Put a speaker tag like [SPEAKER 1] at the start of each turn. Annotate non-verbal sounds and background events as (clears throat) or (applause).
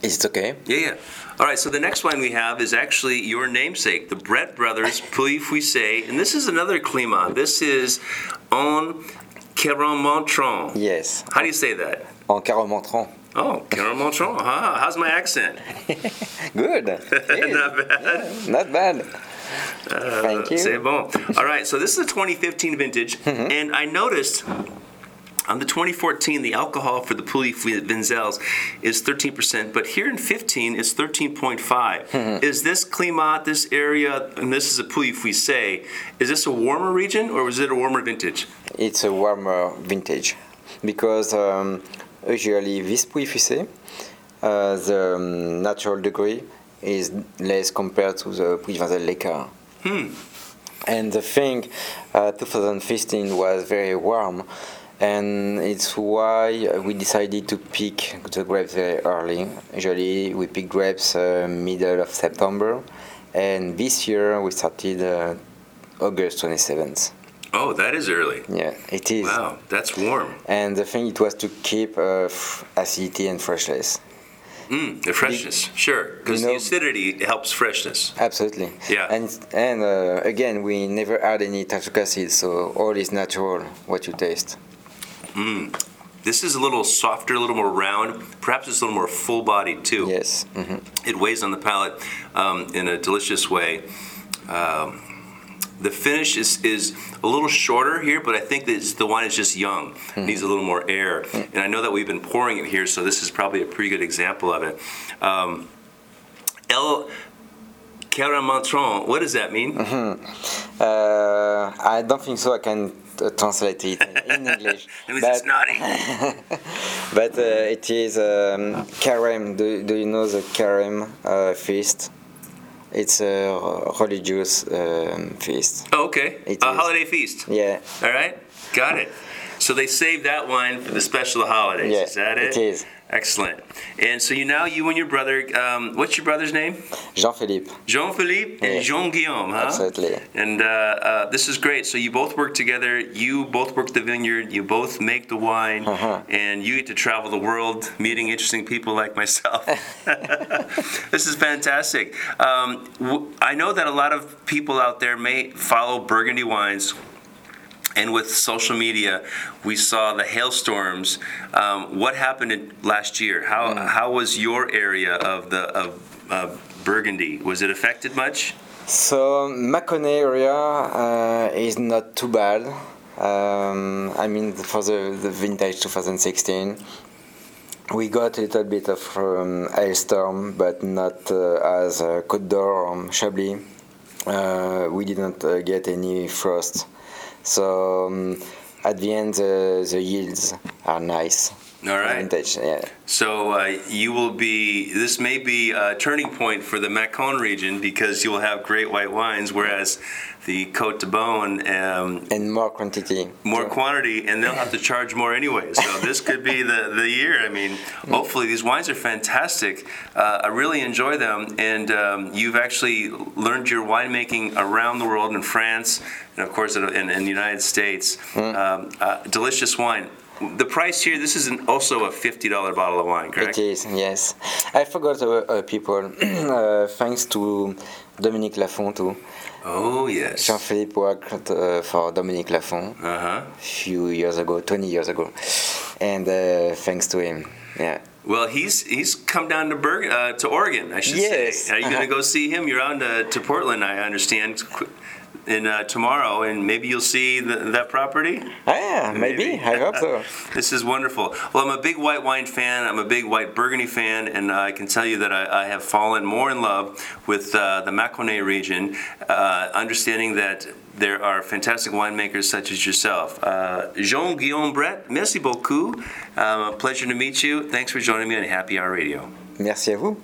[SPEAKER 1] It's okay.
[SPEAKER 2] Yeah, yeah. All right, so the next wine we have is actually your namesake, the Brett Brothers Puy Fuissé. And this is another Clima. This is on Caramontron.
[SPEAKER 1] Yes.
[SPEAKER 2] How do you say that?
[SPEAKER 1] En Caramontron.
[SPEAKER 2] Oh, Caramontron. Huh? How's my accent? (laughs)
[SPEAKER 1] Good.
[SPEAKER 2] Not bad. Uh,
[SPEAKER 1] Not bad. Thank you.
[SPEAKER 2] C'est bon. All right, so this is a 2015 vintage,
[SPEAKER 1] Mm-hmm.
[SPEAKER 2] and I noticed on the 2014 the alcohol for the Pouilly Vinzels is 13%, but here in 15 it's 13.5.
[SPEAKER 1] Mm-hmm.
[SPEAKER 2] Is this climat, this area, and this is a Pouilly Fuissé, is this a warmer region or was it a warmer vintage?
[SPEAKER 1] It's a warmer vintage because um, usually this Puy Fuissé, uh, the um, natural degree is less compared to the Puy Vinzel Leca. And the thing, uh, 2015 was very warm, and it's why we decided to pick the grapes very early. Usually, we pick grapes uh, middle of September, and this year we started uh, August 27th.
[SPEAKER 2] Oh, that is early.
[SPEAKER 1] Yeah, it is.
[SPEAKER 2] Wow, that's warm.
[SPEAKER 1] And the thing it was to keep uh, f- acidity and freshness.
[SPEAKER 2] Mm, the freshness, sure, because
[SPEAKER 1] You know-
[SPEAKER 2] the acidity helps freshness.
[SPEAKER 1] Absolutely.
[SPEAKER 2] Yeah.
[SPEAKER 1] And and uh, again, we never add any tartaric acid, so all is natural what you taste.
[SPEAKER 2] This is a little softer, a little more round. Perhaps it's a little more full bodied too.
[SPEAKER 1] Yes. hmm
[SPEAKER 2] It weighs on the palate um, in a delicious way. Um, the finish is, is a little shorter here, but I think that it's- the wine is just young.
[SPEAKER 1] Hmm.
[SPEAKER 2] It needs a little more air. And I know that we've been pouring it here, so this is probably a pretty good example of it. Um, El Caramantron, what does that mean?
[SPEAKER 1] Uh-huh. Uh, I don't think so. I can uh, translate it
[SPEAKER 2] (laughs)
[SPEAKER 1] in English.
[SPEAKER 2] It means it's naughty.
[SPEAKER 1] (laughs) but uh, it is um, carême. Do, do you know the carême uh, feast? It's a religious um, feast.
[SPEAKER 2] Oh, okay.
[SPEAKER 1] It
[SPEAKER 2] a
[SPEAKER 1] is.
[SPEAKER 2] holiday feast.
[SPEAKER 1] Yeah.
[SPEAKER 2] All right, got it. So they saved that wine for the special holidays.
[SPEAKER 1] Yeah,
[SPEAKER 2] is that it?
[SPEAKER 1] it is.
[SPEAKER 2] Excellent. And so you now you and your brother. Um, what's your brother's name?
[SPEAKER 1] Jean Philippe.
[SPEAKER 2] Jean Philippe and
[SPEAKER 1] Yeah.
[SPEAKER 2] Jean Guillaume, huh?
[SPEAKER 1] Absolutely.
[SPEAKER 2] And uh, uh, this is great. So you both work together. You both work the vineyard. You both make the wine,
[SPEAKER 1] Uh-huh.
[SPEAKER 2] and you get to travel the world, meeting interesting people like myself. (laughs) this is fantastic. Um, w- I know that a lot of people out there may follow Burgundy wines. And with social media, we saw the hailstorms. Um, what happened in, last year? How how was your area of the of, of Burgundy? Was it affected much?
[SPEAKER 1] So Maconnay area uh, is not too bad. Um, I mean, for the, the vintage 2016, we got a little bit of um, hailstorm, but not uh, as uh, Côte d'Or or Chablis. Uh, we didn't uh, get any frost, so um, at the end the, the yields are nice.
[SPEAKER 2] All right.
[SPEAKER 1] Vintage, yeah.
[SPEAKER 2] So uh, you will be. This may be a turning point for the Macon region because you will have great white wines, whereas the Cote de Beaune um,
[SPEAKER 1] And more quantity.
[SPEAKER 2] more
[SPEAKER 1] So-
[SPEAKER 2] quantity, and they'll have to charge more anyway. So this could be the, the year. I mean, hopefully these wines are fantastic. Uh, I really enjoy them, and um, you've actually learned your winemaking around the world in France, and of course in, in, in the United States. Um, uh, delicious wine. The price here. This is an, also a fifty dollar bottle of wine, correct?
[SPEAKER 1] It is, yes. I forgot uh, uh, people. (clears throat) uh, thanks to Dominique Lafont too.
[SPEAKER 2] Oh yes. Uh-huh. Uh
[SPEAKER 1] Jean-Philippe worked uh, for Dominique Lafont
[SPEAKER 2] huh.
[SPEAKER 1] a few years ago, 20 years ago. And uh, thanks to him, yeah.
[SPEAKER 2] Well, he's he's come down to Berg uh, to Oregon, I should
[SPEAKER 1] Yes.
[SPEAKER 2] say. Are you going to
[SPEAKER 1] Uh-huh.
[SPEAKER 2] go see him? You're on to, to Portland, I understand, qu- in uh, tomorrow, and maybe you'll see the, that property.
[SPEAKER 1] Ah, yeah, maybe. I hope so.
[SPEAKER 2] This is wonderful. Well, I'm a big white wine fan. I'm a big white Burgundy fan, and I can tell you that I, I have fallen more in love with uh, the Maconnais region, uh, understanding that there are fantastic winemakers such as yourself. Uh, Jean Guillaume Brett, Uh, merci beaucoup. Um, a pleasure to meet you. Thanks for joining me on Happy Hour Radio.
[SPEAKER 1] Merci à vous.